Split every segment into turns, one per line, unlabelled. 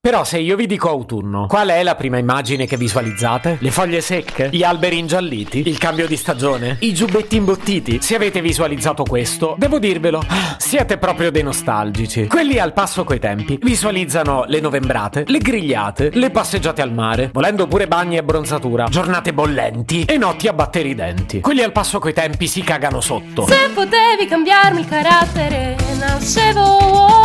Però se io vi dico autunno, qual è la prima immagine che visualizzate? Le foglie secche? Gli alberi ingialliti? Il cambio di stagione? I giubbetti imbottiti? Se avete visualizzato questo, devo dirvelo, siete proprio dei nostalgici. Quelli al passo coi tempi visualizzano le novembrate, le grigliate, le passeggiate al mare, volendo pure bagni e bronzatura, giornate bollenti e notti a battere i denti. Quelli al passo coi tempi si cagano sotto.
Se potevi cambiarmi il carattere, nascevo Ward.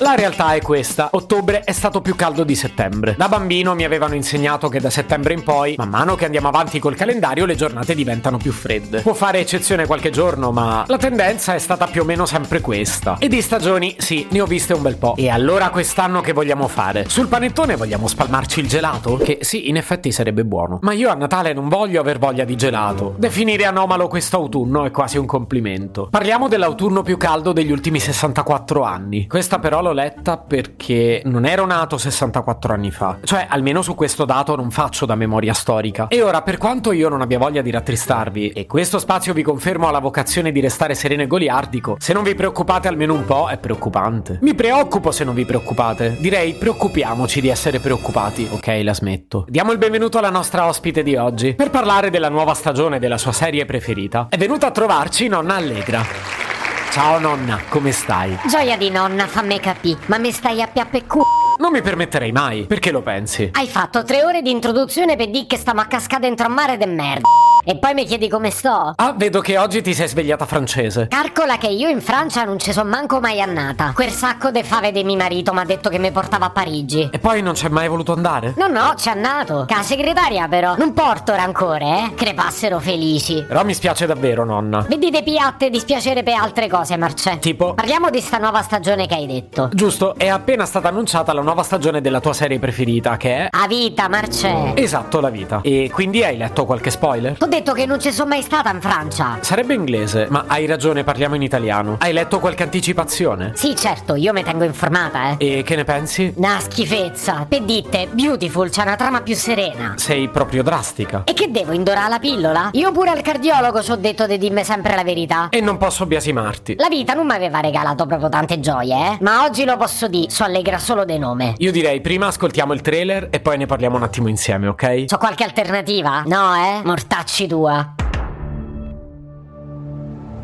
La realtà è questa, ottobre è stato più caldo di settembre. Da bambino mi avevano insegnato che da settembre in poi, man mano che andiamo avanti col calendario, le giornate diventano più fredde. Può fare eccezione qualche giorno, ma la tendenza è stata più o meno sempre questa. E di stagioni, sì, ne ho viste un bel po'. E allora quest'anno che vogliamo fare? Sul panettone vogliamo spalmarci il gelato? Che sì, in effetti sarebbe buono. Ma io a Natale non voglio aver voglia di gelato. Definire anomalo quest'autunno è quasi un complimento. Parliamo dell'autunno più caldo degli ultimi 64 anni. Questa però l'ho letta perché non ero nato 64 anni fa. Cioè, almeno su questo dato non faccio da memoria storica. E ora, per quanto io non abbia voglia di rattristarvi, e questo spazio vi confermo ha la vocazione di restare sereno e goliardico, se non vi preoccupate almeno un po' è preoccupante. Mi preoccupo se non vi preoccupate. Direi preoccupiamoci di essere preoccupati. Ok, la smetto. Diamo il benvenuto alla nostra ospite di oggi. Per parlare della nuova stagione della sua serie preferita, è venuta a trovarci nonna Allegra. Ciao nonna, come stai?
Gioia di nonna, fammi capì, ma mi stai a piappe cu.
Non mi permetterei mai, perché lo pensi?
Hai fatto tre ore di introduzione per dire che stiamo a cascata dentro a mare de merda. E poi mi chiedi come sto.
Ah, vedo che oggi ti sei svegliata francese.
Calcola che io in Francia non ci sono manco mai annata. Quel sacco de fave di mio marito mi ha detto che mi portava a Parigi.
E poi non c'è mai voluto andare?
No, no, c'è andato. Ca segretaria però, non porto rancore, eh? Che ne passero felici.
Però mi spiace davvero, nonna.
Vedi dei piatte dispiacere per altre cose, Marcè.
Tipo?
Parliamo di sta nuova stagione che hai detto.
Giusto, è appena stata annunciata la nuova stagione della tua serie preferita, che è...
A vita, Marcè.
Esatto, la vita. E quindi hai letto qualche spoiler?
T'ho detto che non ci sono mai stata in Francia.
Sarebbe inglese, ma hai ragione, parliamo in italiano. Hai letto qualche anticipazione?
Sì, certo, io mi tengo informata, eh.
E che ne pensi?
Una schifezza. Te dite, beautiful, c'è una trama più serena.
Sei proprio drastica.
E che devo indorare la pillola? Io pure al cardiologo ci ho detto di dirmi sempre la verità.
E non posso biasimarti.
La vita non mi aveva regalato proprio tante gioie, eh. Ma oggi lo posso dire, so allegra solo dei nome.
Io direi prima ascoltiamo il trailer e poi ne parliamo un attimo insieme, ok?
C'ho qualche alternativa? No, eh? Mortacci tua.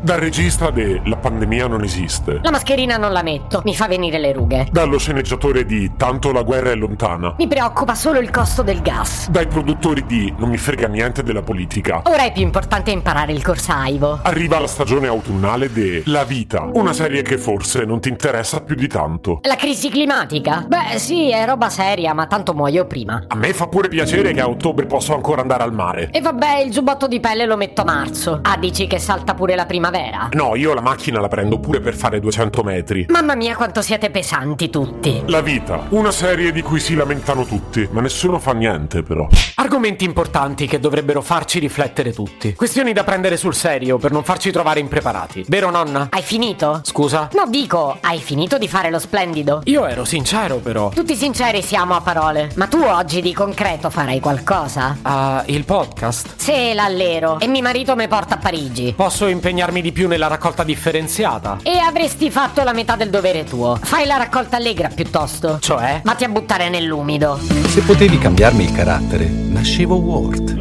Dal regista de La pandemia non esiste.
La mascherina non la metto, mi fa venire le rughe.
Dallo sceneggiatore di Tanto la guerra è lontana.
Mi preoccupa solo il costo del gas.
Dai produttori di Non mi frega niente della politica.
Ora è più importante imparare il corsaivo.
Arriva la stagione autunnale de La vita. Una serie che forse non ti interessa più di tanto.
La crisi climatica? Beh, sì, è roba seria, ma tanto muoio prima.
A me fa pure piacere che a ottobre posso ancora andare al mare.
E vabbè, il giubbotto di pelle lo metto a marzo. Ah, dici che salta pure la primavera.
No, io la macchina la prendo pure per fare 200 metri.
Mamma mia, quanto siete pesanti tutti.
La vita. Una serie di cui si lamentano tutti, ma nessuno fa niente però.
Argomenti importanti che dovrebbero farci riflettere tutti. Questioni da prendere sul serio per non farci trovare impreparati. Vero nonna?
Hai finito?
Scusa?
No, dico, hai finito di fare lo splendido?
Io ero sincero però.
Tutti sinceri siamo a parole, ma tu oggi di concreto farai qualcosa?
Ah, il podcast?
Se l'allero e mio marito mi porta a Parigi.
Posso impegnarmi di più nella raccolta differenziata?
E avresti fatto la metà del dovere tuo. Fai la raccolta allegra piuttosto.
Cioè?
Vatti a buttare nell'umido.
Se potevi cambiarmi il carattere, nascevo Ward.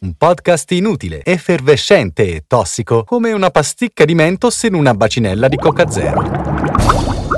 Un podcast inutile, effervescente e tossico, come una pasticca di mentos in una bacinella di Coca Zero.